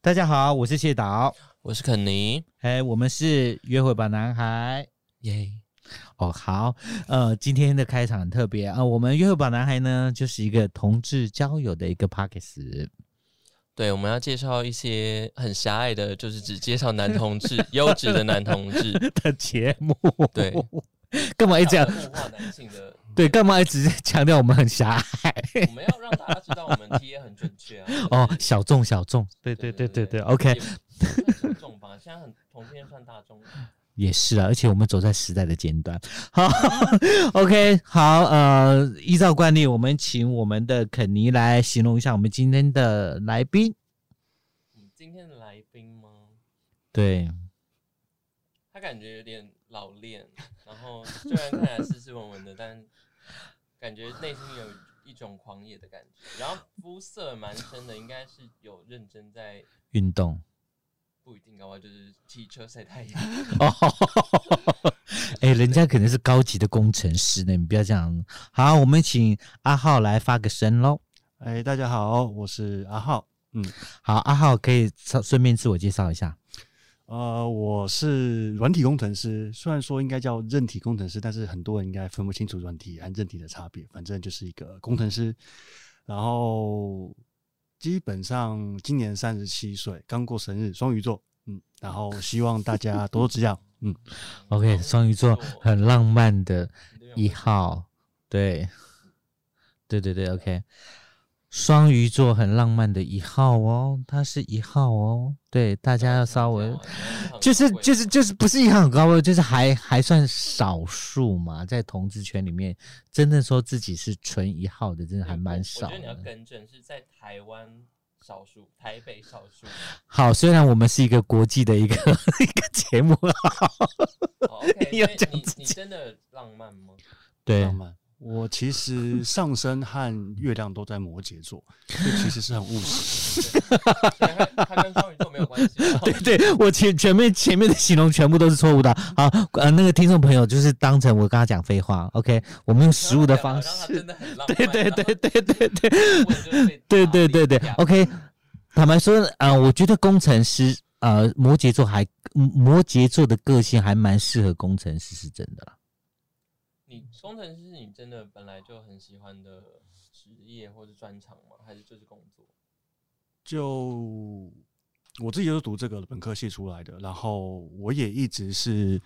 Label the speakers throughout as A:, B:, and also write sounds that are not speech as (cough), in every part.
A: 大家好，我是谢导。
B: 我是肯尼，
A: 哎，我们是约会吧男孩。
B: 耶，
A: 哦，好，呃，今天的开场很特别啊、呃我们约会吧男孩呢，就是一个同志交友的一个 p o c k e t
B: 对，我们要介绍一些很狭隘的，就是只介绍男
A: (laughs)
B: 同志，优质的男同志，
A: 的节目。
B: 对，
A: (laughs) 干嘛一直讲？
B: 物化男性的，
A: 对，干嘛一直强调我们很狭隘？
B: 我们要让大家知道我们 T 很准确啊。
A: (laughs) 哦，小众小众，对对对对对，OK，
B: 重重吧，现在很同性恋算大众，
A: 也是啊，而且我们走在时代的尖端。 (laughs) 好，OK，好，呃，依照惯例，我们请我们的肯尼来形容一下我们今天的来宾。
B: 你嗯今天的来宾吗？
A: 对，
B: 他感觉有点老练，然后虽然看起来斯斯文文的，但感觉内心有一种狂野的感觉。然后肤色蛮深的，应该是有认真在，
A: 运动。
B: 不一定的话就是骑车晒太阳。
A: 哦，哎，人家可能是高级的工程师呢，你不要这样。好，我们请阿浩来发个声喽。
C: 哎，大家好，我是阿浩。
A: 好，阿浩可以稍顺便自我介绍一下。
C: 呃，我是软体工程师，虽然说应该叫韧体工程师，但是很多人应该分不清楚软体和韧体的差别。反正就是一个工程师，然后基本上今年三十七岁，刚过生日，双鱼座。嗯，然后希望大家多多指教。嗯，
A: (laughs) OK，双鱼座很浪漫的一
B: 一
A: 号，对，对对对，OK，双鱼座很浪漫的一号哦，他是一号哦，对，大家要稍微。就是就是就是不是一样很高位，就是还还算少数嘛，在同志圈里面，真的说自己是纯一号的，真的还蛮少
B: 我觉得你要
A: 的。
B: 更正，是在台湾少数，台北少
A: (laughs)
B: 数。
A: 好，虽然我们是一个国际的一个 (laughs) 一个节目，
B: 好哦，OK，
A: 你要
B: 所以
A: 讲
B: 你
A: 自己
B: 你真的浪漫
A: (laughs)
B: 吗？
A: 对
C: 浪，漫。我其实上升和月亮都在摩羯座，所以其实是很务实。
B: 对他他跟双鱼座没有关系。啊
A: (laughs) 对对，我前前面前面的形容全部都是错误的。好，呃，那个听众朋友就是当成我跟他讲废话，OK，我们用实物的方
B: 然后他
A: 式
B: 真。的很浪漫。
A: 对对对对对对
B: 然后他问就被
A: 对对对对
B: 打脸
A: ，OK。坦白说，呃，我觉得工程师，呃，摩羯座还嗯摩羯座的个性还蛮适合工程师，是真的啦。
B: 你工程师，你真的本来就很喜欢的职业或是专长吗？还是就是工作？
C: 就我自己就是读这个本科系出来的，然后我也一直是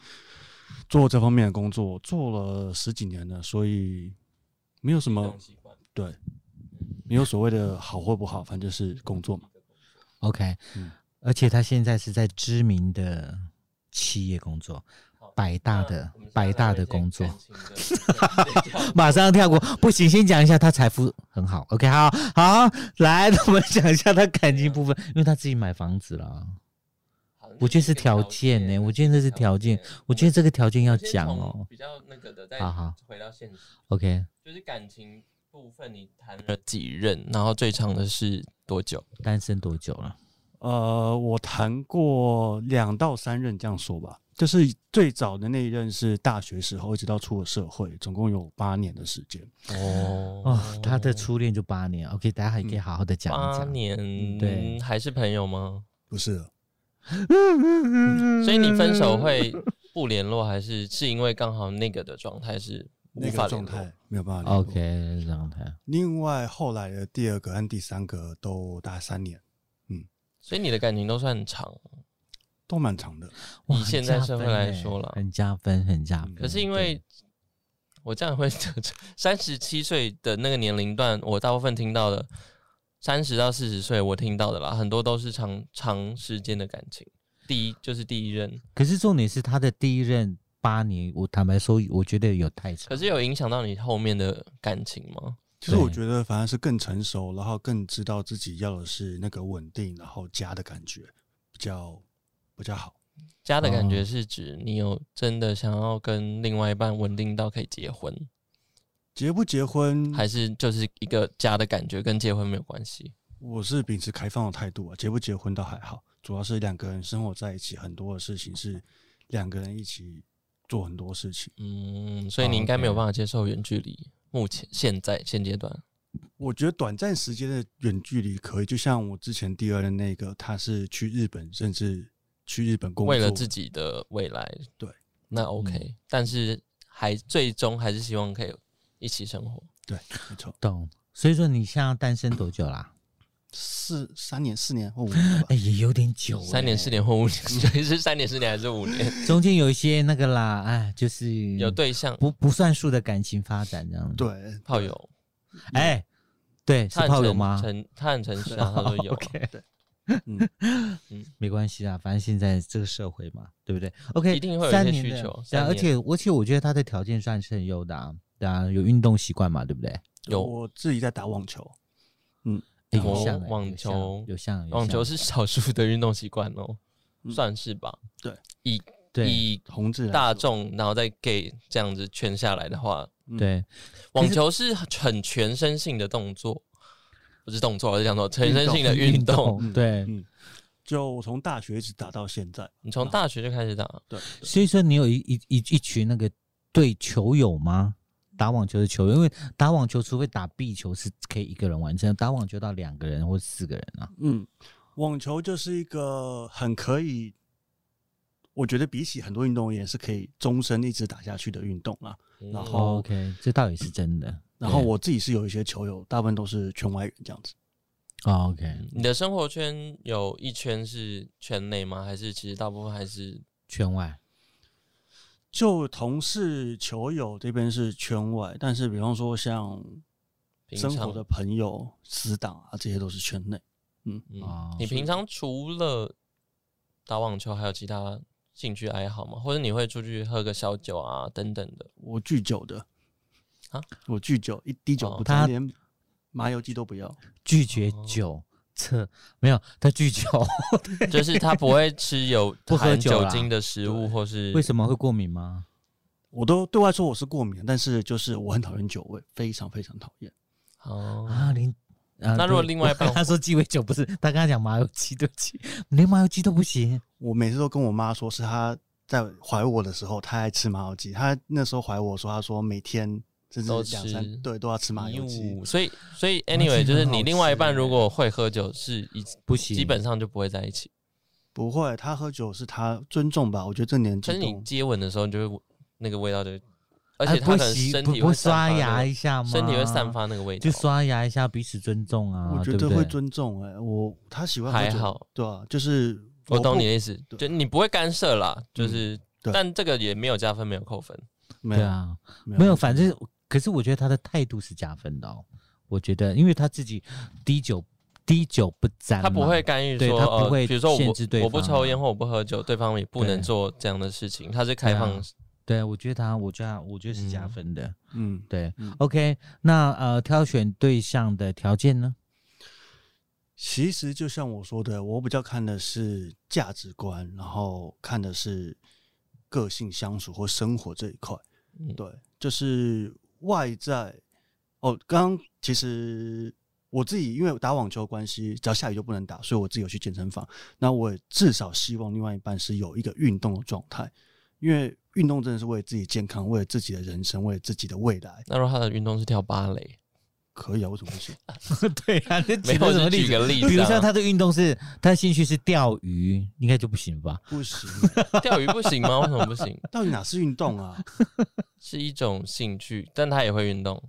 C: 做这方面的工作，做了十几年了，所以没有什
B: 这
C: 么
B: 种习惯。
C: 对，没有所谓的好或不好，反正就是工作嘛。
A: OK，、
C: 嗯
A: 而且他现在是在知名的企业工作，
B: 好
A: 百大的
B: 啊
A: 百大的工作。。
B: 那我们现在来问一些感情
A: (laughs)
B: 的
A: 马上要跳过，不行，先讲一下他财富很好。OK，好好来，那我们讲一下他感情部分，因为他自己买房子了。
B: 好
A: 我觉得是条件呢我觉得那是条件。我觉得这
B: 个
A: 个条件
B: 我
A: 要
B: 们先
A: 讲
B: 从
A: 哦。
B: 比较那个的，再
A: 好好
B: 回到现实，
A: OK，
B: 就是感情部分，你谈了几任，然后最长的是多久？
A: 单身多久了？
C: 呃，我谈过两到三任，这样说吧，就是最早的那一任是大学时候，一直到出了社会，总共有八年的时间。
B: 哦
A: 哦，他的初恋就八年，OK，大家还可以好好的讲一
B: 嗯八
A: 讲。 (laughs)
B: 年，
A: 对
B: 还是朋友吗？
C: 不是了，
B: 所以你分手会不联络，还是是因为刚好那个的状态是无
C: 那
B: 法
C: 个
B: 联
C: 状
B: 络
C: 态？没有办法联络。
A: OK 状态，
C: 另外，后来的第二个和第三个都大概三年，
B: 所以你的感情都算很长，
C: 都蛮长的。
A: 哇
B: 以现在社会来说啦嗯
A: 很加分欸，很加分。
B: 可是因为我这样会 (laughs) 三十七岁的那个年龄段，我大部分听到的三十到四十岁，我听到的啦，很多都是长长时间的感情。第一就是第一任，
A: 对，可是重点是他的第一任八年，我坦白说，我觉得有太长。
B: 可是有影响到你后面的感情吗？
C: 其实我
A: 对
C: 觉得反而是更成熟，然后更知道自己要的是那个稳定，然后家的感觉比较比较好。
B: 家的感觉
A: 哦
B: 是指你有真的想要跟另外一半稳定到可以结婚，
C: 结不结婚，
B: 还是就是一个家的感觉跟结婚没有关系？
C: 我是秉持开放的态度啊，结不结婚倒还好，主要是两个人生活在一起，很多的事情是两个人一起做很多事情。
B: 嗯，所以
A: 哦
B: 你应该没有
A: ，OK
B: 办法接受远距离，目前现在现阶段
C: 我觉得短暂时间的远距离可以，就像我之前第二的那个，他是去日本，甚至去日本工作，
B: 为了自己的未来，
C: 对，
B: 那 OK，、但
A: 嗯
B: 是还最终还是希望可以一起生活。
C: 对，没错，
A: 懂。所以说你现在单身多久
B: (laughs)
A: 啦？
C: 四三年、四年或五年吧
A: 哎、。也有点久、哎
B: 三年、四，年或五年，所以是 (laughs) 三年、四年还是五年？
A: 中间有一些那个啦，哎，就是
B: 有对象
A: 不不算数的感情发展这样。，
C: 对，
B: 炮友，
A: 哎、对，是
B: 他很
A: 炮友
B: 诚
A: 吗？
B: 诚他很诚
A: (laughs)
B: 实啊，他说有啊。
A: OK， (laughs)
C: 嗯，
A: 没关系啊，反正现在这个社会嘛，对不对？OK，
B: 一定会有一些
A: 三年
B: 需
A: 的
B: 求
A: 对啊
B: 三
A: 而且而且我觉得他的条件算是很优的啊，对啊，有运动习惯嘛，对不对？
B: 有
C: 我自己在打网球，
A: 哎
B: 有
A: 有像欸
B: 网
A: 有像
B: 球
A: 有像有
B: 网球
A: 像
B: 是少数的运动习惯哦，
C: 嗯
B: 算是吧。
C: 对，
B: 以
A: 对
B: 以
C: 同志来
B: 大
C: 说
B: 众然后再给这样子圈下来的话，
A: 对，
B: 网球是很全身性的动作，不是动作，而是讲说全身性的
A: 运
B: 运动。
C: 嗯
A: 对。
C: 嗯，就我从大学一直打到现在，
B: 你从大学就开始打，
C: 对，对
A: 所以说你有一一一一群那个对球友吗？打网球的球友，因为打网球除非打壁球是可以一个人完成，打网球到两个人或四个人啊。
C: 嗯，网球就是一个很可以，我觉得比起很多运动也是可以终身一直打下去的运动啊。
B: 嗯
C: 然后哦
A: OK，这倒也是真的。
C: 然后
A: 对、
C: 我自己是有一些球友，大部分都是圈外人这样子。
A: 哦、OK
B: 你的生活圈有一圈是圈内吗？还是其实大部分还是
A: 圈外，
C: 就同事、球友这边是圈外，但是比方说像
B: 平
C: 生
B: 常
C: 活的朋友、死党啊，这些都是圈内。
A: 哦
C: 啊
B: 嗯，你平常除了打网球，还有其他兴趣爱好吗？或者你会出去喝个小酒啊，等等的？
C: 我拒酒的
B: 啊，
C: 我拒酒，一滴酒
B: 哦
C: 不
A: 他
C: 沾，连麻油鸡都不要。
A: 拒绝
B: 哦
A: 酒测、没有，他拒酒，
B: 就是他不会吃有
A: (laughs) 不喝
B: 含
A: 酒
B: 酒
A: 啦
B: 精的食物，或是
A: 为什么会过敏吗？
C: 我都对外说我是过敏，但是就是我很讨厌酒味，非常非常讨厌。
B: 哦，
A: 啊，连啊
B: 那如果
A: 对
B: 另外一半
A: 我他说鸡尾酒不是，他跟他讲麻油鸡，对不起， (laughs) 连麻油鸡都不行。
C: 我每次都跟我妈说，是她在怀我的时候，她爱吃麻油鸡。她那时候怀我说，她说每天甚至
B: 都
C: 两
B: 吃
C: 三对都要吃麻油鸡
B: 哟。所以所以
A: 麻油鸡
B: anyway，就是
A: 很好
B: 你另外一半
A: 吃
B: 如果会喝酒，是一
A: 不行
B: 基本上就不会在一起。
C: 不会，她喝酒是她尊重吧？我觉得这年纪
B: 但是你
C: 都
B: 接吻的时候，你就会那个味道就，而
A: 而哎
B: 且他
A: 啊不
B: 可能
A: 洗
B: 身
A: 不
B: 体
A: 不
B: 会散
A: 刷
B: 发那
A: 牙
B: 个
A: 一下吗？
B: 身体会散发那个味道，
A: 就刷牙一下，彼此尊重啊，
C: 我
A: 对
C: 觉得
A: 不对
C: 会尊重哎、我她喜欢喝
B: 还
C: 酒
B: 好，
C: 对啊，就是
B: 我懂
C: 不
B: 你的意思，
A: 哦
C: 对
B: 就你不会干涉啦，
A: 嗯
B: 就是，
C: 对
B: 但这个也没有加分，没有扣分。
C: 没
A: 对
C: 有、
A: 啊，
C: 没
A: 没有，反正可是我觉得他的态度是加分的哦。我觉得，因为他自己滴酒滴酒不沾嘛，
B: 他不会干预
A: 对
B: 说，
A: 他不会
B: 呃，比如说我
A: 限制对
B: 不我不
A: 方
B: 抽
A: 啊
B: 烟或我不喝酒，对方也不
A: 对
B: 能做这样的事情，他是开
A: 对啊
B: 放。
A: 对，我觉得他，我觉得他我觉得是加
B: 嗯
A: 分的。
C: 嗯，
A: 对、
C: 嗯
A: o k 那呃，挑选对象的条件呢？
C: 其实就像我说的，我比较看的是价值观，然后看的是个性相处或生活这一块。
B: 嗯
C: 对，就是外在。哦，刚刚其实我自己因为打网球的关系，只要下雨就不能打，所以我自己有去健身房。那我也至少希望另外一半是有一个运动的状态，因为运动真的是为了自己健康，为了自己的人生，为了自己的未来。
B: 那如果他的运动是跳芭
A: (laughs)
B: 蕾，
C: 可以啊，为什么不行？
A: (laughs) 对啊，那
B: (laughs) 没
A: 举
B: 有，
A: 个
B: 我
A: 什么
B: 是
A: 例
B: 举
A: 子？
B: 个例子啊，
A: (laughs) 比如说他的运动是他的兴趣是钓鱼，应该就不行吧？
C: 不行，欸
B: 钓鱼不行吗？为什么不行？
C: 到底哪是运动啊？
B: 是一种兴趣，但他也会运动。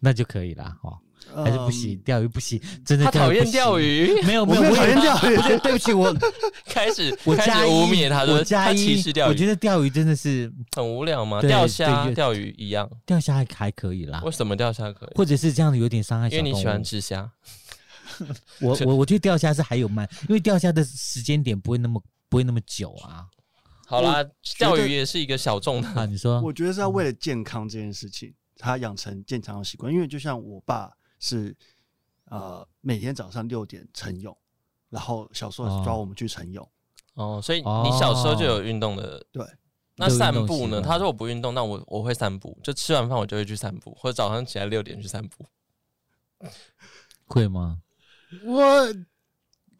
A: 那就可以啦，哦， (laughs) 还是不行，
C: 嗯。
A: 钓鱼不行，真的
B: 他讨厌
A: 钓
B: 钓
A: 鱼
B: 鱼， (laughs)
A: 不行，没有
C: 我
A: 没有，
C: 没有
A: 我
C: 讨厌
A: 也
C: 钓鱼
A: 不，对，对不起，我
B: 开始
A: 我
B: 开
A: 加
B: 始
A: 一，
B: 污蔑他，
A: 我
B: 说
A: 加
B: 他
A: 一
B: 歧视，钓
A: 我觉
B: 鱼，
A: 得钓鱼真的是
B: 很无聊嘛。
A: 对
B: 钓虾、
A: 对啊
B: 钓鱼一样，
A: 钓虾还还可以啦
B: 为，什么钓虾可以？
A: 或者是这样子有点伤害
B: 因
A: 小
B: 为
A: 动物。
B: 你喜欢吃虾，
A: 我我我觉得钓虾是还有慢，因为钓虾的时间点不会那么不会那么久啊。
B: 好啦，
C: 得
B: 钓鱼也是一个小众的。 (laughs)
A: 啊，你说
C: 我觉得是要为了健康这件事情，他养成健康的习惯。因为就像我爸是，呃，每天早上六点晨泳，然后小时候
A: 哦
C: 抓我们去晨泳，
B: 哦，所以你小时候就有运动的。
C: 对，
B: 那散步
A: 有运动习
B: 呢？
A: 惯
B: 他说我不运动，那我我会散步，就吃完饭我就会去散步，或者早上起来六点去散步。
A: 会吗？
C: 我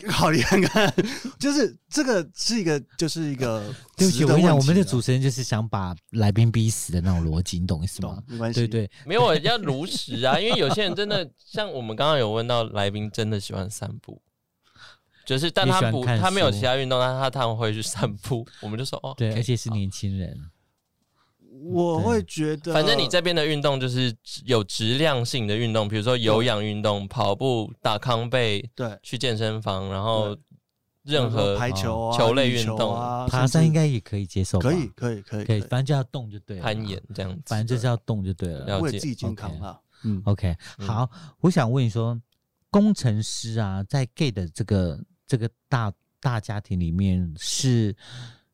C: 考虑看看， (laughs) 就是这个是一个，就是一个
A: (laughs) 对不起，
C: 值
A: 我
C: 得
A: 跟你讲，
C: 问
A: 我们的
C: 题啊
A: 主持人就是想把来宾逼死的那种逻辑，你懂意思吗
C: 懂？没关系，
A: 对对，
B: (laughs) 没有要如实啊， (laughs) 因为有些人真的像我们刚刚有问到来宾，真的喜欢散步，就是但
A: 也喜
B: 他
A: 欢
B: 不
A: 看
B: 他没有
A: 书
B: 其他运动，但他他们会去散步，我们就说哦，
A: 对，
B: OK，
A: 而且是
B: 好。
A: 年轻人，
C: 我会觉
A: 啊
C: 得，
B: 反正你这边的运动就是有质量性的运动，比如说有氧运
A: 嗯
B: 动、跑步、打康贝、
C: 对
B: 去健身房，然后任
C: 然后
B: 何
C: 排球啊、
B: 球类
C: 羽
B: 运
C: 球
B: 动
C: 啊，
A: 爬
C: 甚
A: 山
C: 至
A: 应该也可以接受吧，
C: 可以，可以，可以，
A: 可
C: 可
A: 以，
C: 以，
A: 反正就要动就对了，
B: 攀岩这样子，
A: 反正就是要动就对
B: 对
A: 了。
B: 了
C: 为
B: 解
C: 了自己健
A: OK
C: 康啊。嗯，
A: OK，
B: 嗯
A: 好，我想问你说，工程师啊，在 gay 的这个这个大大家庭里面是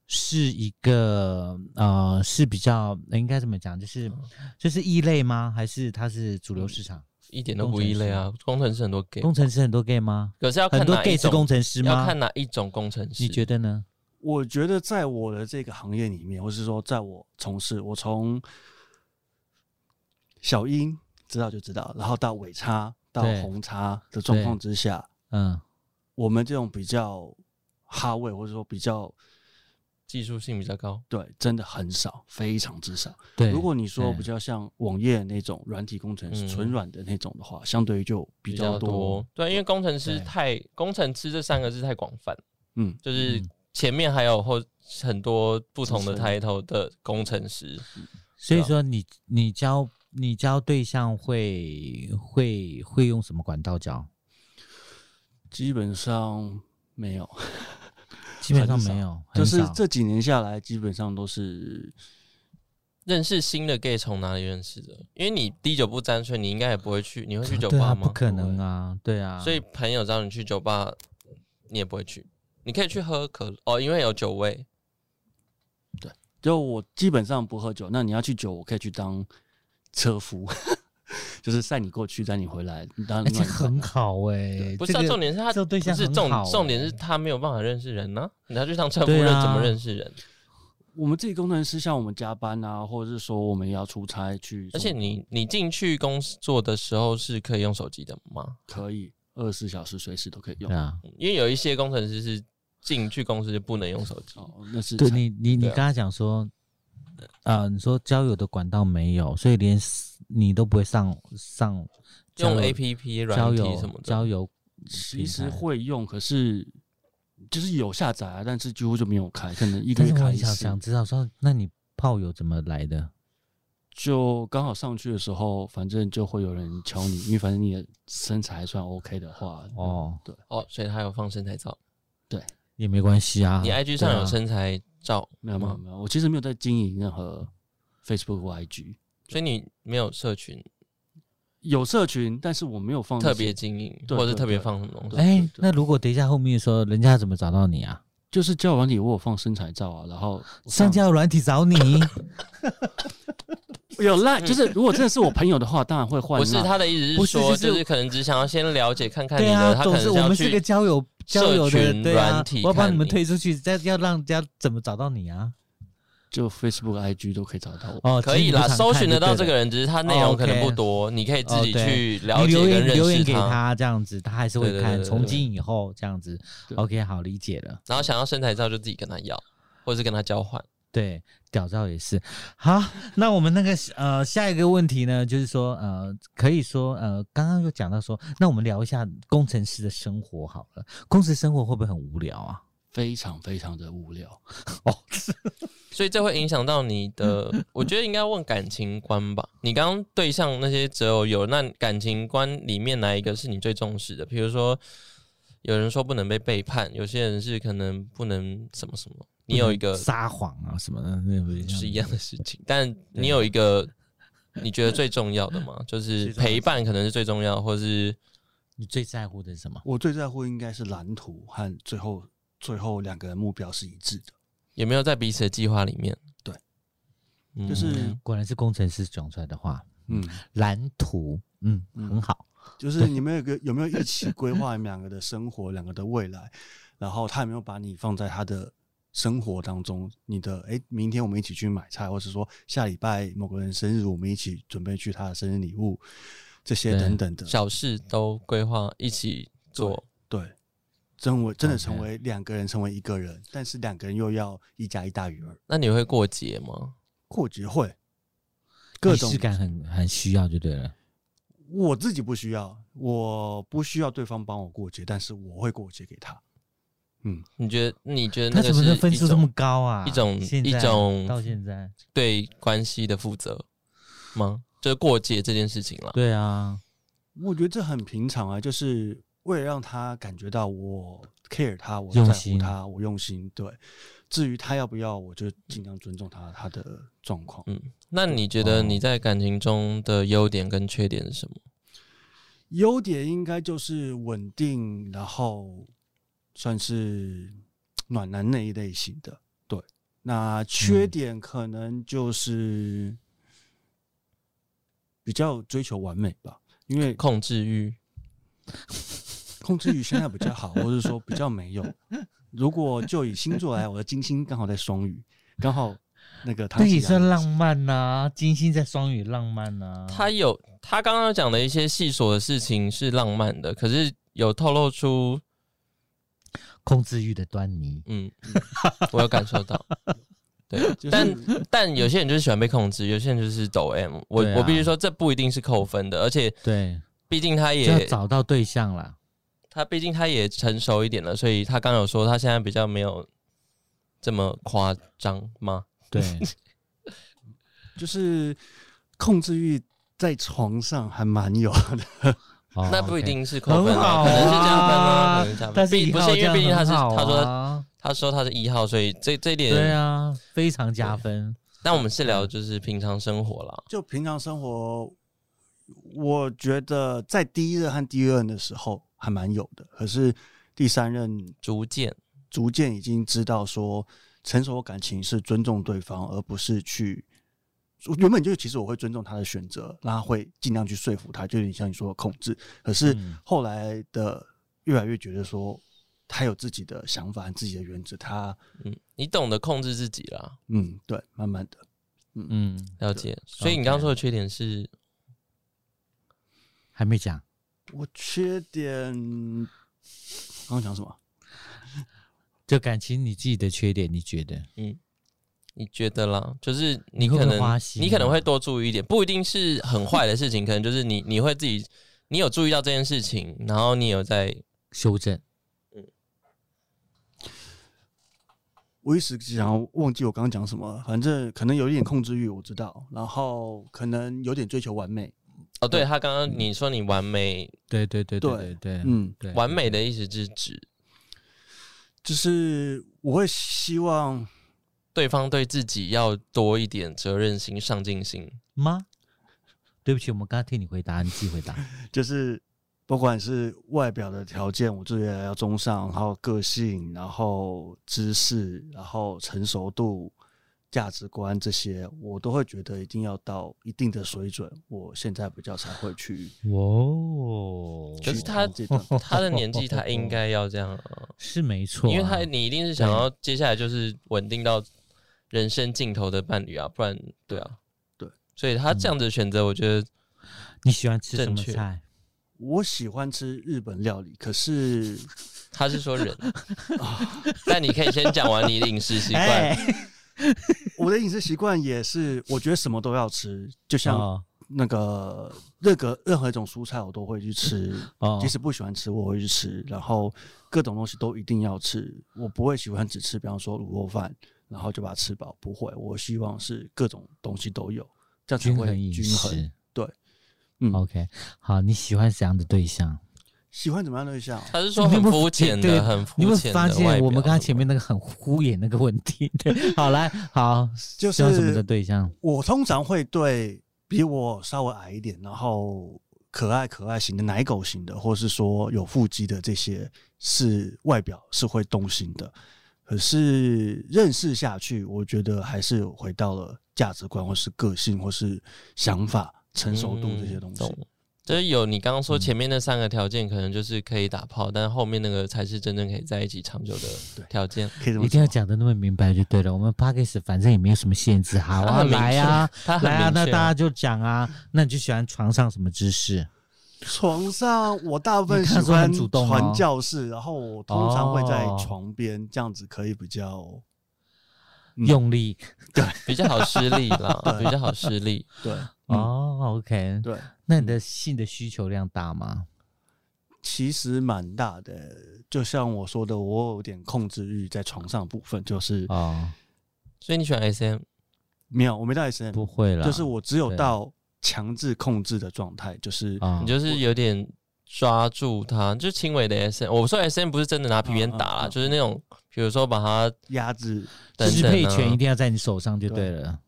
A: 是一个呃是比较呃应该怎么讲，就是
B: 嗯
A: 就是异类吗？还是它是主流市场？
B: 一点都不异类啊。工程师很多 gay，
A: 工程师很多 gay 吗？
B: 可是要看
A: 很多
B: 哪
A: gay
B: 一
A: 是工
B: 种，
A: 程师
B: 要
A: 吗？
B: 看哪一种工程师。
A: 你觉得呢？
C: 我觉得在我的这个行业里面，或是说在我从事，我从小英知道就知道，然后到尾叉到
A: 对
C: 红叉的状况之下，
A: 嗯，
C: 我们这种比较哈位，或者说比较
B: 技术性比较高？
C: 对，真的很少，非常之少。
A: 对。
C: 如果你说
A: 对
C: 比较像网页那种软体工程师、
B: 嗯
C: 纯软的那种的话，相对于就比较多。
B: 对，因为工程师
A: 对
B: 太工程师这三个字太广泛，
C: 嗯，
B: 就是
A: 嗯
B: 前面还有后很多不同的
C: 职称
B: title 的工程师，
A: 所以
B: 对啊
A: 说你你教你教对象会会会用什么管道教？
C: 基本上没有，
A: 基本上
C: 很少
A: 没有，
C: 就
A: 很
C: 是
A: 少
C: 这几年下来，基本上都是
B: 认识新的 gay 从哪里认识的？因为你滴酒不沾，所以你应该也不会去，你会去酒
A: 对啊，
B: 吧
A: 不
B: 吗？
A: 可能啊，对啊，
B: 所以朋友找你去酒吧，你也不会去。你可以去喝可乐哦，因为有酒味。
C: 就我基本上不喝酒。那你要去酒，我可以去当车夫， (laughs) 就是载你过去，载你回来。当
A: 而
C: 然
A: 且很好哎、
C: 对
B: 不是、啊
A: 这个
B: 重点是他
A: 这个对象
B: 不是
A: 很
B: 重
A: 好
B: 重点
A: 欸
B: 是他没有办法认识人呢、啊你要去当车夫
A: 对
B: 人、
A: 啊
B: 怎么认识人？
C: 我们自己工程师，像我们加班啊，或者是说我们要出差去，
B: 而且你你进去工作的时候是可以用手机的吗？
C: 可以二十四小时随时都可以用
A: 对。啊，
B: 因为有一些工程师是进去公司就不能用手机。
C: 哦，那是
A: 对
C: 才
A: 你你你
B: 对啊
A: 跟他讲说，呃，你说交友的管道没有，所以连 s- 你都不会上上交
B: 用
A: 友
B: A P P
A: 交
B: 软体什么
A: 友
B: 的，
A: 交友
C: 其
A: 平
C: 实
A: 台，
C: 会用，可是就是有下载啊，但是几乎就没有开，可能一个
A: 但是
C: 月
A: 我
C: 开
A: 很
C: 一
A: 想
C: 次。
A: 想知道说，那你炮友怎么来的？
C: 就刚好上去的时候，反正就会有人敲你，因为反正你的身材还算 OK 的话，哦，
A: 哦，
B: 哦，所以他有放身材照。
A: 也没关系啊，
B: 你 I G
A: 对
B: 上
A: 啊
B: 有身材照
C: 没有没有
B: 吗？
C: 没有，我其实没有在经营任何 Facebook 或 IG，
B: 所以你没有社群
C: 有社群，但是我没有放那
B: 特
C: 些
B: 别，经营，
C: 对
B: 或者是
C: 对
B: 特别
C: 对
B: 放什么东西？
C: 对
A: 哎、
C: 对
A: 那如果等一下后面说人家怎么找到你啊？
C: 就是交友软体我有放身材照啊，然后我
A: 上交友软体找
B: (laughs)
A: 你，
C: 有啦，就是如果真的是我朋友的话，当然会换
B: 嗯不
C: 啦，
B: 是他的意思
A: 不
B: 是
A: 是
B: 说，
A: 就是
B: 就是可能只想要先了解看看你
A: 对
B: 的，
A: 啊，
B: 他
A: 总
B: 可
A: 是
B: 能是
A: 我
B: 要
A: 们是
B: 去
A: 个交友交友
B: 社
A: 的
B: 群
A: 对啊
B: 软体，
A: 我要把
B: 看
A: 你们
B: 你
A: 推出去，再要让人家怎么找到你啊？
C: 就 Facebook、IG 都可以找到我。
A: 哦，
B: 可
A: 其实
B: 以
A: 你不
B: 啦，
A: 常
B: 搜
A: 看
B: 寻
A: 就
B: 得到
A: 对
B: 这个
A: 了，
B: 人，只是他内
A: 哦
B: 容可能
A: ，OK
B: 不多，你可以自
A: 哦
B: 己
A: 对
B: 去了
A: 你
B: 解
A: 留
B: 跟
A: 言
B: 认
A: 留
B: 识
A: 言给他这样子，他还是
B: 对
A: 会
B: 对
A: 看。
B: 对对
A: 从
B: 对
A: 今以后这样子
C: 对
A: ，OK，好理解了。
B: 然后想要身材照就自己跟他要，或者是跟他交换。
A: 对，屌照也是。好，那我们那个呃下一个问题呢，就是说呃，可以说呃，刚刚有讲到说，那我们聊一下工程师的生活好了。工程生活会不会很无聊啊？
C: 非常非常的无聊，
B: 所以这会影响到你
C: (laughs)
B: 的，我觉得应该问感情观吧。你刚刚对象那些择偶有，那感情观里面哪一个是你最重视的？比如说，有人说不能被背叛，有些人是可能不能什么什么。你有一个
A: 撒谎啊什么的，那不
C: 嗯
B: 就是是一样的事情，但你有一个你觉得最重要的
C: (laughs)
B: 吗？就是陪伴可能是最重要，或是
A: 你最在乎的是什么？
C: 我最在乎应该是蓝图和最后最后两个人目标是一致的，
B: 有没有在彼此的计划里面？
C: 对
B: 嗯，
C: 就是
A: 果然是工程师讲出来的话。
C: 嗯，
A: 蓝图，嗯，
C: 嗯
A: 很好。
C: 就是你们有个有没有一起规划你们两个的生活，两个的未来，然后他有没有把你放在他的生活当中？你的诶，明天我们一起去买菜，或是说下礼拜某个人生日，我们一起准备去他的生日礼物，这些
A: 对
C: 等等的，
B: 小事都规划一起做。
C: 对，成为真的成
A: OK
C: 为两个人成为一个人，但是两个人又要一加一大于二，
B: 那你会过节吗？
C: 过节会各种
A: 仪式感很很需要，就对了。
C: 我自己不需要，我不需要对方帮我过节，但是我会过节给他。嗯，
B: 你觉得你觉得
A: 他
B: 那个
A: 怎么
B: 是
A: 能分
B: 一
A: 数这
B: 种
A: 么高啊？
B: 一种
A: 现在
B: 一种嗯
A: 到现在，
B: 对关系的负责吗？就是过节这件事情了。
A: 对啊，
C: 我觉得这很平常啊，就是为了让他感觉到我 care 他，我在
A: 用
C: 乎
A: 心
C: 他，我用心。对，至于他要不要，我就尽量尊重他他的状况。
B: 嗯，那你觉
A: 哦
B: 得你在感情中的优点跟缺点是什么？
C: 优点应该就是稳定，然后算是暖男那一类型的。对，那
A: 嗯
C: 缺点可能就是比较追求完美吧，因为
B: 控制欲，
C: 控制欲现在比较好，或 (laughs) 者说比较没有。如果就以星座来，我的金星刚好在双鱼，刚好那个他
A: 那也算浪漫呐、金星在双语浪漫啊呐、
B: 他有他刚刚讲的一些细琐的事情是浪漫的，可是有透露出，
A: 控制欲的端倪。
B: 嗯，我有感受到。
A: (laughs)
C: 就是
B: 但但有些人就是喜欢被控制，有些人就是走 M 我。我、
A: 对啊
B: 必须说，这不一定是扣分的，而且
A: 对，
B: 毕竟他
A: 就要
B: 也
A: 找到对象啦。
B: 他毕竟他也成熟一点了，所以他刚有说他现在比较没有这么夸张吗？
A: (laughs) 对，
C: 就是控制欲在床上还蛮有的。 (laughs)
A: 哦
B: 那不一。定是扣
A: 很
B: 分
A: 好、啊，
B: 可能是加分啊，可能是加分。
A: 但是
B: 毕
A: 以
B: 不
A: 后
B: 是因为
A: 这
B: 毕竟
A: 样
B: 他
A: 很
B: 是、
A: 好
B: 他说
A: 啊
B: 他说他是一号，所以这这一点
A: 对啊，嗯非常加分。
B: 但我们是聊就是平常生活啦，
C: 就平常生活，我觉得在第一任和第二任的时候还蛮有的，可是第三任
B: 逐渐
C: 逐渐已经知道说，成熟的感情是尊重对方，而不是去。原本就是，其实我会尊重他的选择，那会尽量去说服他，就有点像你说的控制。可是
A: 嗯
C: 后来的越来越觉得说，他有自己的想法、自己的原则，他
B: 嗯，你懂得控制自己啦，
C: 嗯，对，慢慢的，
A: 嗯，
B: 了解。所以你刚刚说的缺点是，
A: 还没讲，
C: 我缺点，刚刚讲什么？
A: 就感情你自己的缺点，你觉得？
B: 你觉得啦，就是
A: 你
B: 你
A: 会不
B: 可
A: 会
B: 能
A: 花心啊
B: 你可能会多注意一点，不一定是很坏的事情，可能就是你你会自己你有注意到这件事情，然后你有在
A: 修正
C: 我一时想要忘记我刚刚讲什么了，反正可能有一点控制欲，我知道，然后可能有点追求完美，
B: 哦，
A: 嗯
B: 对他刚刚你说你完美
A: 对对对
C: 对
A: 对对对，
C: 嗯，
A: 对，
B: 完美的意思是指
C: 就是我会希望
B: 对方对自己要多一点责任心、上进心。
A: 吗？对不起，我们刚刚替你回答，你自己回答。
C: 就是不管是外表的条件，我自己也要中上，然后个性，然后知识，然后成熟度、价值观这些，我都会觉得一定要到一定的水准，我现在比较才会
B: (laughs)
C: 去。
A: (laughs) 哇哦，
B: 可是他 (laughs)
C: 这段
B: 他的年纪，他应该要这样、啊，
A: (laughs) 是没错啊、
B: 因为他你一定是想要接下来就是稳定到人生尽头的伴侣啊，不然对啊，
C: 对，
B: 所以他这样子的选择，我觉得
A: 你喜欢吃什
B: 正
A: 么
B: 确
A: 菜？
C: 我喜欢吃日本料理，可是
B: 他是说人，啊
A: (laughs) 哦
B: 但你可以先讲完你的饮食习惯，
A: 哎
C: 哎我的饮食习惯也是，我觉得什么都要吃，就像
A: 哦
C: 那个任何任何一种蔬菜我都会去吃，
A: 哦
C: 即使不喜欢吃我会去吃，然后各种东西都一定要吃，我不会喜欢只吃，比方说卤肉饭，然后就把它吃饱，不会，我希望是各种东西都有，这样才
A: 均
C: 会
A: 衡饮
C: 均衡
A: 食。
C: 对，嗯，
A: OK，好，你喜欢怎样的对象？
C: 喜欢怎么样的对象？
B: 他是说很肤浅
A: 对
B: 的，很
A: 你
B: 肤
A: 会
B: 浅的
A: 发
B: 外
A: 现
B: 表
A: 我们刚刚前面那个很敷衍那个问题。 (laughs) 对，好来，好，
C: 就
A: 喜欢什么
C: 是
A: 的对象？
C: 我通常会对比我稍微矮一点，然后可爱可爱型的奶狗型的，或是说有腹肌的这些，是外表是会动心的。可是认识下去，我觉得还是回到了价值观，或是个性，或是想法、成熟度这些东西。
B: 嗯懂就是有你刚刚说前面那三个条件，可能就是可以打炮，但是后面那个才是真正可以在一起长久的
C: 对
B: 条件。
C: 可以这么
A: 一定要
C: 说。
A: 讲的那么明白就对了。我们 p a c k a g e 反正也没有什么限制，好
B: 他
A: 啊，
B: 很明
A: 来啊，
B: 他很
A: 来啊，
B: 明
A: 那
B: 确
A: 大家就讲啊，那你就喜欢床上什么姿势？
C: 床上我大部分
A: 你
C: 喜
A: 看说
C: 欢
A: 很主动哦
C: 传教士，然后我通常会在
A: 哦
C: 床边，这样子可以比较嗯
A: 用力
B: 比较好施力
A: (laughs)
B: 啦，比较好施力。
C: 对嗯
A: 哦，OK。
C: 对，
A: 那你的性的需求量大吗？
C: 其实蛮大的。就像我说的，我有点控制欲在床上的部分，就是
A: 哦，
B: 所以你喜欢 SM？
C: 没有，我没到 S M，
A: 不会啦，
C: 就是我只有
A: 对
C: 到强制控制的状态，就是
A: 啊，
B: 你就是有点抓住他，就轻微的 SM。我说 SM 不是真的拿皮鞭
A: 啊
B: 打
C: 嗯嗯
B: 啦，
C: 嗯
B: 就是那种，比如说把他
C: 压制。
A: 就
B: 等
A: 是
B: 等
A: 配拳一
B: 啊，
A: 定要在你手上就对了。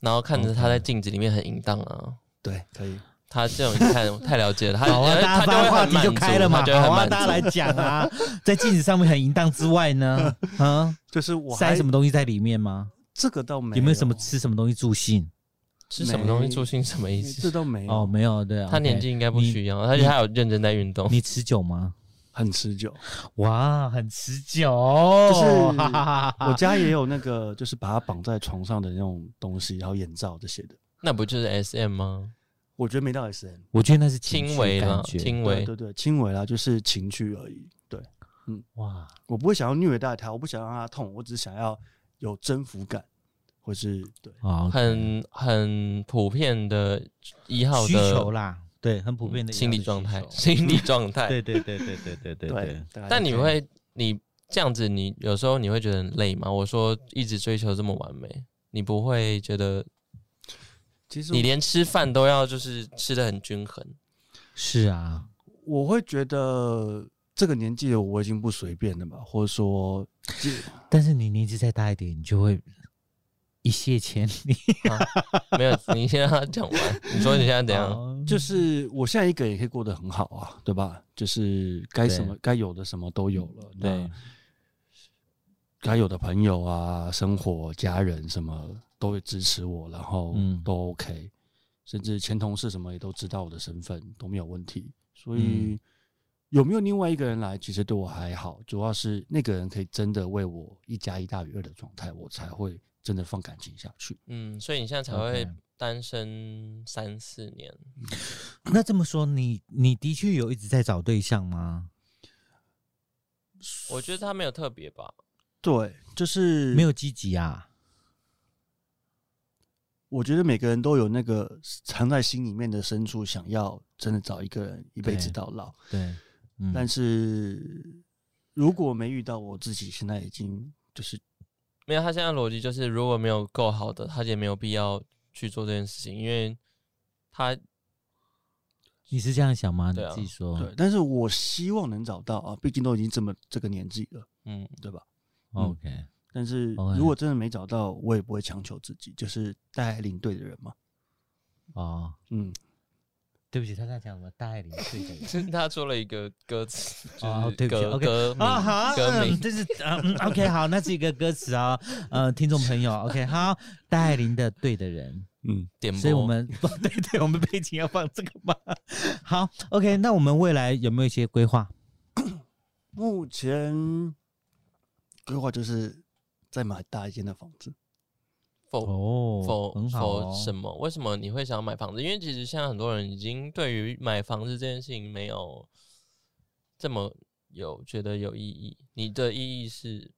B: 然后看着他在镜子里面很淫荡啊。
C: 对，可以。
B: 他这种你看太了解了，他
A: 好啊，
B: 他
A: 大家
B: 他就
A: 把
B: 会
A: 话
B: 很
A: 题
B: 满足，
A: 就开了嘛，
B: 他就会
A: 好
B: 很
A: 啊，
B: 满
A: 大家来
B: 足。
A: 讲啊， (laughs) 在镜子上面很淫荡之外呢，啊，
C: 就是我还
A: 塞什么东西在里面吗？
C: 这个倒没
A: 有没有什么吃什么东西助兴？
B: 吃什么东西助兴什么意
C: 这
B: 思？
C: 都没有。
A: 哦，没有，对啊，
B: (laughs) 他年纪应该不需要，而且他有认真在运动
A: OK。。你持久吗？
C: 很持久。
A: 哇，很持久，
C: 是
A: 哈哈哈哈
C: 我家也有那个，就是把它绑在床上的那种东西，然后眼罩这些的。
B: 那不就是 S M 吗？
C: 我觉得没到 S M，
A: 我觉得那是情
B: 轻
A: 趣
B: 微
A: 感
B: 啦，
A: 觉，
B: 轻
C: 对
B: 微。
C: 对对，轻微啦，就是情趣而已。对
A: 哇，
C: 我不会想要虐待它，我不想让它痛，我只想要有征服感，或是对
A: 啊，
B: 很很普遍的一号
A: 需求
B: 的
A: 啦，对，很普遍的一样的
B: 心理状态
A: 需，求
B: 心理状态。
A: 对对对对对对对对。
C: 大概
B: 但你
C: 就这样
B: 会，你这样子，你有时候你会觉得很累吗？我说一直追求这么完美，你不会觉得
C: 其实
B: 你连吃饭都要就是吃的很均衡？
A: 是啊，
C: 我会觉得这个年纪的我已经不随便了吧，或者说
A: 但是你年纪再大一点，你就会一泻千里。
B: 啊没有，你先让他讲完。你说你现在怎样？
A: (laughs) 哦
C: 就是我现在一个也可以过得很好啊，对吧？就是该什么该有的什么都有了，
A: 对，，啊
C: 该有的朋友啊、生活、家人什么都会支持我，然后
A: 嗯
C: 都 OK，、甚至前同事什么也都知道我的身份都没有问题，所以。
A: 嗯
C: 有没有另外一个人来？其实对我还好，主要是那个人可以真的为我一加一大于二的状态，我才会真的放感情下去。
B: 嗯，所以你现在才会
A: OK
B: 单身三四年，
A: 那这么说，你你的确有一直在找对象吗？
B: 我觉得他没有特别吧，
C: 对，就是
A: 没有积极啊？
C: 我觉得每个人都有那个藏在心里面的深处，想要真的找一个人一辈子
A: 对
C: 到老。
A: 对，嗯，
C: 但是如果没遇到，我自己现在已经就是
B: 没有。他现在的逻辑就是，如果没有够好的，他也没有必要去做这件事情，因为他
A: 你是这样想吗？你
B: 对啊
A: 自己说。哦
C: 对，但是我希望能找到啊，毕竟都已经这么这个年纪了，
B: 嗯，
C: 对吧？
A: ，OK，
C: 但是
A: OK
C: 如果真的没找到，我也不会强求自己，就是带领队的人嘛。
A: 哦，
C: 嗯，
A: 对不起，他刚才讲什么？大爱零岁的人
B: 就是他说了一个歌词，就
A: 哦
B: 是
A: 对不起
B: 歌
A: ，OK
B: 歌
A: (laughs) 啊，好，
B: 名歌
A: 嗯，
B: 名，
A: 这是嗯嗯，OK，好，那是一个歌词啊，呃，听众朋友，OK，好，戴爱玲的对的人，
C: 嗯，
B: 点播。
A: 所以我们 (laughs) 对对，我们背景要放这个吧。 (laughs) 好，OK，那我们未来有没有一些规划？
C: 目前规划就是再买大一间的房子。
B: 否
A: 哦
B: 否
A: 很好、
B: 否
A: 哦。
B: 什么？为什么你会想要买房子？因为其实现在很多人已经对于买房子这件事情没有这么有觉得有意义。你的意义是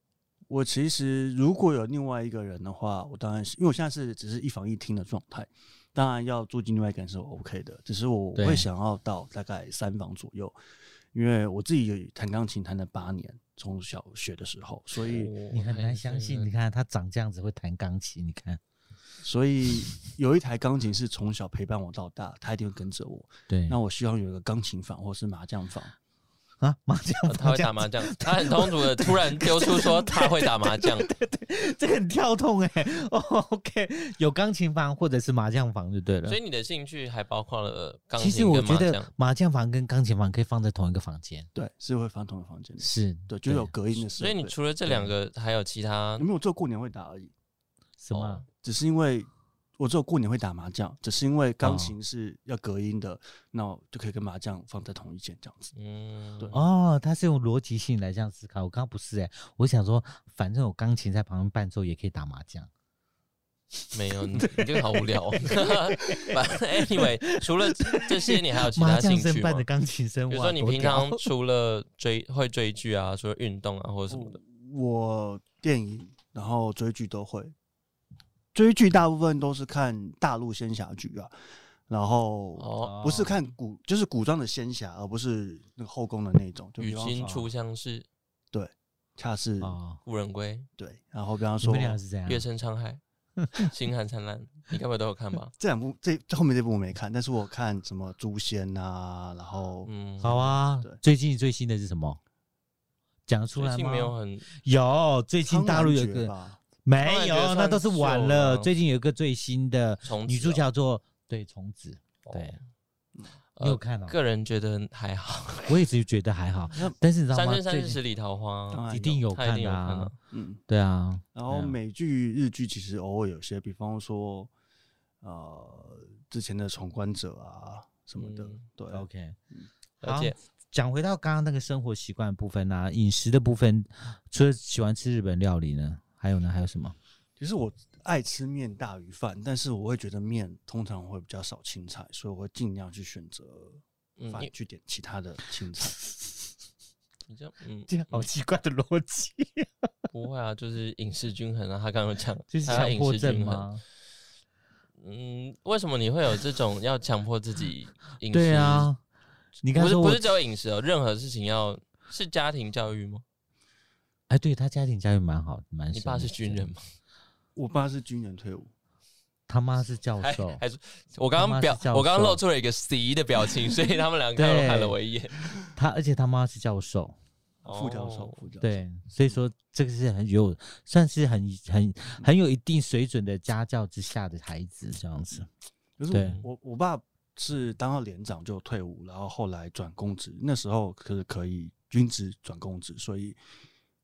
C: 我其实如果有另外一个人的话，我当然是因为我现在是只是一房一厅的状态，当然要住进另外一个人是 OK 的，只是我
A: 对
C: 会想要到大概三房左右，因为我自己有弹钢琴弹了八年，从小学的时候，所以
B: 哦
A: 你很
B: 哎
A: 难相
B: 这
A: 信，
B: (laughs) 个
A: 你看他长这样子会弹钢琴，你看，
C: 所以有一台钢琴是从小陪伴我到大，它一定会跟着我。
A: 对
C: 那我希望有一个钢琴房或是麻将房，
B: (laughs)
A: 啊，麻 (laughs) 将、
B: 哦他会打麻将，他很
A: (laughs)
B: 通俗的突然丢出说他会打麻将，
A: 将，这个很跳痛哎、哦 (laughs) OK，有钢琴房或者是麻将房就对了
B: 所。以你的兴趣还包括了钢
A: 其实
B: 琴
A: 我
B: 跟
A: 觉
B: 麻将
A: 得。麻将房跟钢琴房可以放在同一个房间，
C: 对，是会放同一个房间里，
A: 是
C: 对，就有隔音的
B: 所
C: 设备。
B: 以你除了这两个，还有其他
C: 你没有做过年会打而已。
A: 什么、
B: 哦
C: 只是因为我只有过年会打麻将，只是因为钢
A: 哦
C: 琴是要隔音的，那我就可以跟麻将放在同一间这样子。
B: 嗯，
C: 对
A: 哦，他是用逻辑性来这样思欸考。我刚刚不是哎、我想说，反正我钢琴在旁边伴奏也可以打麻将。
B: 没有，你这个好无
A: (laughs)
B: 聊、哦。反正 anyway，除了这些，你还有其
A: 麻
B: 他兴
A: 将
B: 趣
A: 声
B: 吗
A: 伴？着钢琴声，
B: 比如
A: 哇
B: 说你
A: 多
B: 平
A: 屌
B: 常除了追会追剧啊，除了运动啊或者什么的，
C: 我电影然后追剧都会，追剧大部分都是看大陆仙侠剧啊，然后
B: 哦，
C: 不是看古就是古装的仙侠，而不是那个后宫的那种，就比
B: 与
C: 方
B: 君
A: 啊
C: 说
B: 初相识，
C: 恰是
A: 哦，
B: 故人归，
C: 对，然后比方
A: 你
C: 说
A: 们俩是这样
B: 月升沧
A: (laughs)
B: 海，星汉灿烂，你该不会都有看吧？
C: 这两部这这后面这部我没看，但是我看什么诛仙啊，然后
B: 嗯，
A: 好，啊
C: 对。
A: 最近最新的是什么？讲得出
B: 最
A: 来
B: 近
A: 吗？
B: 没有很
A: 有，最近
C: 苍
A: 大陆
C: 兰
A: 有
C: 诀
A: 个
C: 吧
A: 没
B: 苍兰诀
A: 有，那都是
B: 算
A: 晚
B: 旧
A: 了。
B: 了
A: 最近有一个最新的
B: 从
A: 女主角叫做对虫子，对你有
B: 呃
A: 嗯看哦？
B: 个人觉得还好，
A: 我一直觉得还好，但是你知道
B: 《三
A: 吗
B: 生？三
A: 最
B: 世
A: 近
B: 十里桃花》
C: 当然
A: 一定有
B: 他一
A: 看
B: 定
A: 的
B: 有看
A: 啊
B: 啊，
C: 嗯，
A: 对啊，
C: 然后
B: 哎
A: 对啊
C: 美剧、日剧其实偶尔有些，比方说，呃，之前的《闯关者》啊什么的，
B: 嗯
C: 对，啊
A: OK。
B: 了解。
A: 讲回到刚刚那个生活习惯部分啊，饮食的部分，除了喜欢吃日本料理呢，还有呢，还有什么？
C: 其实我爱吃面大于饭，但是我会觉得面通常会比较少青菜，所以我会尽量去选择
B: 嗯，
C: 饭
B: 你
C: 去点其他的青菜。
B: 你这样嗯，
A: 这样好奇怪的逻辑，
B: 不会啊，就是饮食均衡啊。他刚刚有讲，
A: (laughs) 就是
B: 他要
A: 强
B: 饮
A: 迫
B: 食
A: 症
B: 均衡？
A: 吗？
B: 嗯，为什么你会有这种要强迫自己饮食？
A: 对，啊，你刚
B: 不
A: 才
B: 是
A: 说
B: 不
A: 我
B: 是只有饮食哦，任何事情要是家庭教育吗？
A: 哎，对他家庭教育蛮好，蛮
B: 你爸
A: 深
B: 是
A: 的
B: 军人，吗？
C: 我爸是军人退伍，
A: 他妈是教
B: 还
A: 授，
B: 还是我
A: 他
B: 刚
A: 妈
B: 刚
A: 是
B: 表
A: 教
B: 我刚刚
A: 授
B: 露出了一个 C 的表情，所以他们两个
A: 对
B: 都看了我一眼。
A: 他而且他妈是教授，
C: 副教授
B: 哦，
C: 副教授。
A: 对，所以说这个是很有，算是很很很有一定水准的家教之下的孩子这样子。
C: 可是
A: 对
C: 我我我爸是当到连长就退伍，然后后来转公职，那时候可是可以军职转公职，所以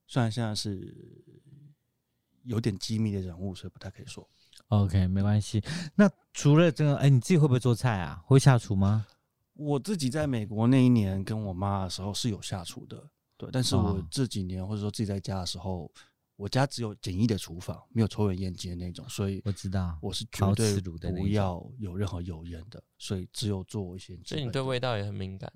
C: 虽然现在是有点机密的人物，所以不太可以说。
A: OK，没关系。那除了这个，哎，你自己会不会做菜啊？会下厨吗？
C: 我自己在美国那一年跟我妈的时候是有下厨的，对，但是我
A: 哦
C: 这几年或者说自己在家的时候，我家只有简易的厨房，没有抽油烟机的那种，所以
A: 我知道，
C: 我是绝
A: 陶瓷
C: 对
A: 炉的那
C: 不
A: 种
C: 要有任何油烟的，所以只有做一些基本的。
B: 所以你对味道也很敏感，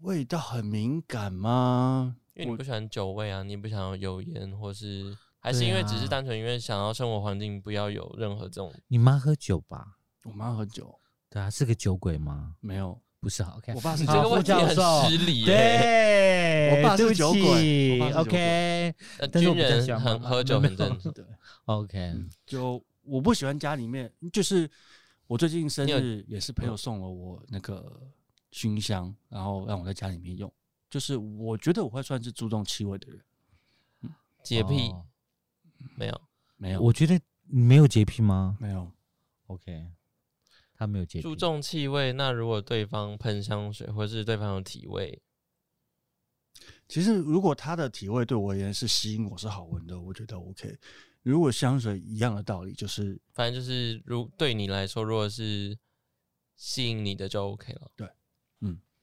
C: 味道很敏感吗？
B: 因为你
C: 我
B: 不喜欢酒味啊，你不想要油烟，或是还是
A: 对
B: 因为只
A: 啊
B: 是单纯因为想要生活环境不要有任何这种
A: 你妈喝酒吧？
C: 我妈喝酒
A: 对啊，是个酒鬼吗？
C: 没有，
A: 不是好看
C: 我。爸是
B: 你
C: 酒
B: 这
A: 好
B: 个
C: 鬼
A: 副
B: 问题
A: 教
B: 很
A: 授
B: 失礼耶、
A: 对，
C: 我爸是
A: 对不
C: 酒鬼
A: 起
C: 我爸是酒鬼
A: OK
B: 呃
A: 但是我
B: 军
A: 比较喜
B: 人
A: 欢
B: 很
A: 妈妈
B: 喝酒
A: 没有
B: 很正常，
C: 对，
A: OK，
C: 就我不喜欢家里面，就是我最近生
B: 你有嗯
C: 日也是朋友送了我那个熏香，然后让我在家里面用。就是我觉得我会算是注重气味的人，
B: 洁癖、
A: 哦
B: 没有。
C: 没有，
A: 我觉得你没有洁癖吗
C: 没有，
A: ？OK，他没有洁癖。
B: 注重气味，那如果对方喷香水，或是对方有体味，
C: 其实如果它的体味对我而言是吸引我是好闻的，我觉得 OK。如果香水一样的道理，就是
B: 反正就是如对你来说，如果是吸引你的就 OK 了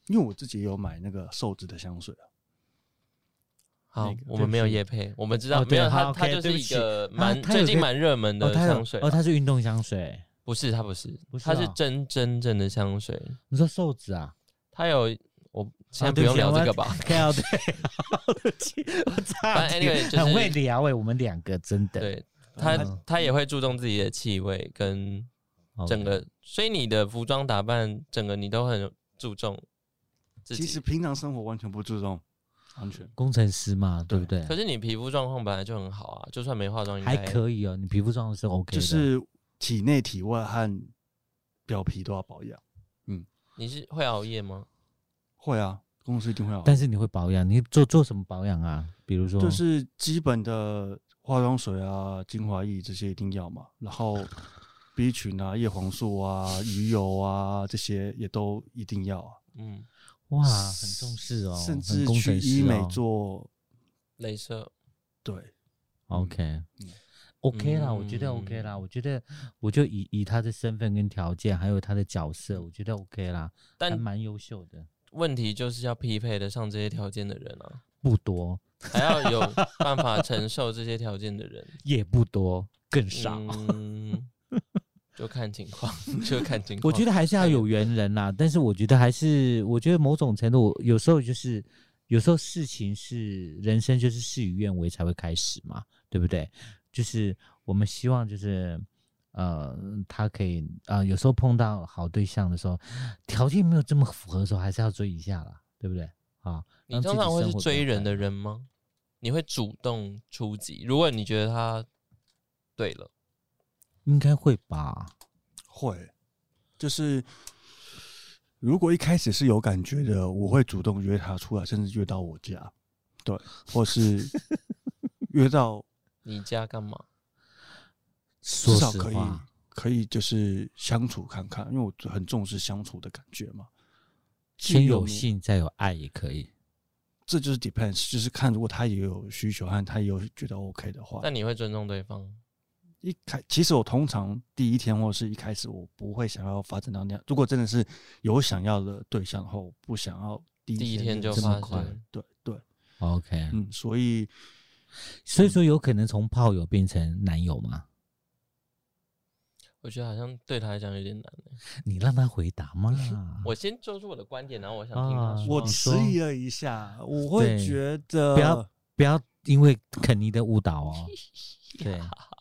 C: 因为我自己也有买那个瘦子的香水啊，
B: 好
C: 那个，
B: 我
C: 对
B: 们
C: 不
B: 没有
C: 起
B: 夜配，我们知道
A: 哦
B: 没有
A: 对好
B: 它，
A: ，OK，
B: 它就
A: 对不
B: 是一
A: 起
B: 个
A: 它
B: 蛮
A: 它有
B: 最近
A: 个
B: 蛮热门
A: 哦，
B: 的
A: 它有
B: 香水啊
A: 哦，
B: 了，
A: 它是运动香水。
B: 不是它不是
A: 不，是
B: 它是
A: 啊
B: 真真正的香水，
A: 你说瘦子啊？
B: 它有我现
A: 啊
B: 在不
A: 对
B: 用
A: 起
B: 聊
A: 我
B: 这
A: 要，
B: 个吧
A: (laughs) 对啊，对，对不起，我差
B: 反正
A: 点
B: anyway 就是
A: 很会聊欸诶，我们两个真的
B: 对它
A: 嗯
B: 它也会注重自己的气味跟
A: OK
B: 整个，所以你的服装打扮整个你都很注重自
C: 其实
B: 己，
C: 平常生活完全不注重，完全。
A: 工程师嘛，对不对？
B: 可是你皮肤状况本来就很好啊，就算没化妆应
A: 还
B: 该
A: 可以哦，你皮肤状况是 OK 的，
C: 就是体内、体外和表皮都要保养。
B: 你是会熬夜吗？
C: 会啊，公司一定会要，
A: 但是你会保养，你做做什么保养啊？比如说，
C: 就是基本的化妆水啊、精华液这些一定要嘛。然后 B 群啊、叶黄素啊、鱼油啊这些也都一定要啊。
B: 嗯，
A: 哇，很重视哦，
C: 甚
A: 很
C: 至
A: 工
C: 去
A: 程师
C: 医美
A: 哦
C: 做，
B: 镭射
C: 对，
A: OK。OK 啦，我觉得 OK 啦，我觉得我就以以他的身份跟条件，还有他的角色，我觉得 OK 啦，还
B: 但
A: 蛮优秀的，
B: 问题就是要匹配得上这些条件的人啊，
A: 不多 (laughs)
B: 还要有办法承受这些条件的人。
A: 也不多，更少。
B: 嗯，就看情况， (laughs) 就看情况。
A: 我觉得还
C: 哦
A: 是要有缘人啦，但是我觉得还是，我觉得某种程度，有时候就是，有时候事情是人生就是事与愿违才会开始嘛，对不对？就是我们希望就是，呃，他可以呃，有时候碰到好对象的时候，条件没有这么符合的时候，还是要追一下啦，对不对？啊，
B: 你
A: 让自
B: 通
A: 己
B: 常会
A: 生
B: 是
A: 活比较
B: 追人
A: 快
B: 的
A: 乐
B: 人吗？你会主动出击？如果你觉得他对了，
A: 应该会吧？
C: 会，就是如果一开始是有感觉的，我会主动约他出来，甚至约到我家，对，或是约到
B: 你家干嘛？
A: 说
C: 至少
A: 实
C: 可以
A: 话，
C: 可以就是相处看看，因为我很重视相处的感觉嘛。
A: 先
C: 有
A: 有
C: 你
A: 性再有爱也可以。
C: 这就是 depends，就是看如果他也有需求和他也有觉得 OK 的话，
B: 但你会尊重对方？
C: 一开其实我通常第一天或者是一开始我不会想要发展到那样。如果真的是有想要的对象后，我不想要第一
B: 第一天就
C: 这
A: 发
C: 么
A: 生
C: 快，对对，
A: OK，、
C: 嗯，所以
A: 所以说有可能从炮友变成男友吗？
B: 我觉得好像对他来讲有点难欸、
A: 你让他回答嘛。
B: 我先说出我的观点，然后我想听他
A: 啊
B: 说。
C: 我
A: 你
C: 迟
A: 说
C: 疑了一下，我会
A: 对
C: 觉得
A: 不要不要因为肯尼的误导哦。对，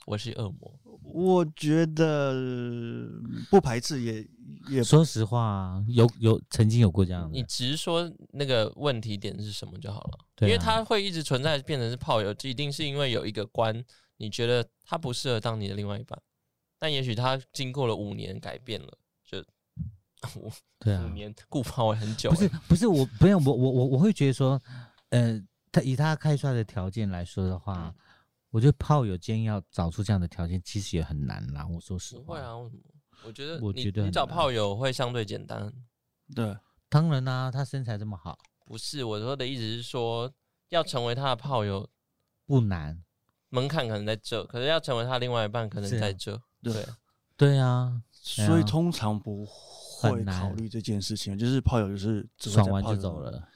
B: 我是恶魔，
C: 我觉得嗯不排斥也也
A: 说实话，有有曾经有过这样
B: 你
A: 的，
B: 直说那个问题点是什么就好了。
A: 对啊
B: 因为他会一直存在，变成是炮友，这一定是因为有一个关，你觉得他不适合当你的另外一半，但也许他经过了五年改变了，就五
A: 对啊
B: 五，年顾盼我很久、
A: 不是不是我不要我我我我会觉得说，呃，他以他开出来的条件来说的话，我觉得炮友间要找出这样的条件，其实也很难啦。我说实
B: 不
A: 话，
B: 会啊，为什么？我觉得
A: 我
B: 你
A: 觉得
B: 你
A: 很
B: 找
A: 难
B: 炮友会相对简单，
C: 对
A: 当然啦、他身材这么好，
B: 不是我说的意思是说，要成为他的炮友
A: 不难。
B: 门槛可能在这，可是要成为他另外一半可能
A: 是啊
B: 在这，
C: 对，
A: 对啊，
C: 所
A: 对
C: 以
A: 啊
C: 通常不会
A: 很难
C: 考虑这件事情，就是炮友就是只会
A: 爽
C: 在
A: 完
C: 炮
A: 就
C: 友
A: 走，了。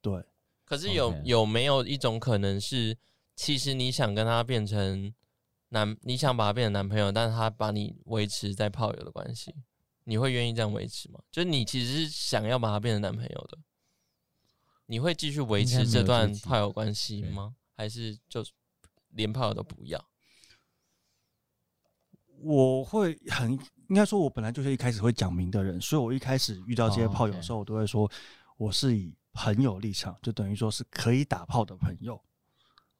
C: 对，
B: 可是有
A: OK
B: 有没有一种可能是，其实你想跟他变成男，你想把他变成男朋友，但是他把你维持在炮友的关系，你会愿意这样维持吗？就是你其实是想要把他变成男朋友的，你会继续维
A: 应该
B: 持
A: 没
B: 这
A: 有这
B: 段
A: 个机
B: 炮友关系
A: 对
B: 吗？还是就连炮友都不要？
C: 我会很应该说，我本来就是一开始会讲明的人，所以我一开始遇到这些
A: 哦
C: 炮友
A: OK
C: 的时候，我都会说我是以朋友立场，就等于说是可以打炮的朋友，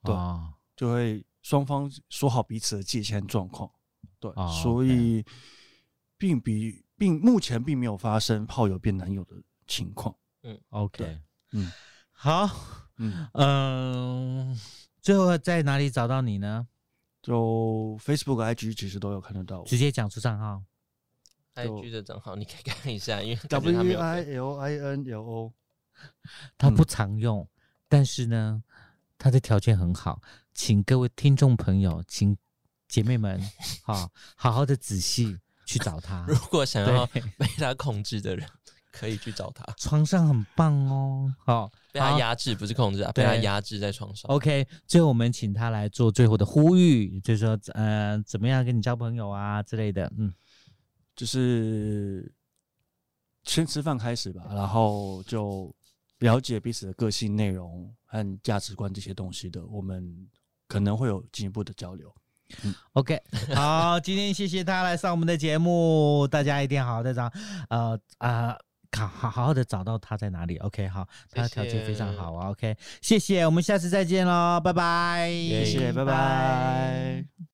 C: 对
A: 啊
C: 就会双方说好彼此的界限状况，对，
A: 哦
C: 所以并比并目前并没有发生炮友变男友的情况，
A: OK，
C: 对嗯
A: 好，
C: 嗯，
A: 嗯，最后在哪里找到你呢？
C: 就 Facebook、IG 其实都有看得到我
A: 直接讲出账号。
B: IG
C: 就
B: 的账号你可以看一下，因为感觉他没
C: ，W
B: 有
C: I
B: 对
C: L I N L O，
A: 他不常用，但是呢，他的条件很好，请各位听众朋友，请姐妹们，好、好好的仔细去找
B: (laughs)
A: 他
B: 如。果想要
A: 对，
B: 被他控制的人，可以去找他，
A: 床上很棒哦。好、
B: 被他
A: 好
B: 压制不是控制啊，被他
A: 对
B: 压制在床上。
A: OK，最后我们请他来做最后的呼吁，就是说，呃，怎么样跟你交朋友啊之类的。嗯，
C: 就是先吃饭开始吧，然后就了解彼此的个性、内容和价值观这些东西的，我们可能会有进一步的交流。
A: OK，好， (laughs) 今天谢谢他来上我们的节目，大家一定好好的找，呃啊，好、好好好的找到他在哪里。OK，好，他的条件非常好啊。OK，谢谢，我们下次再见喽，拜拜，
B: 谢
C: 谢谢，拜拜。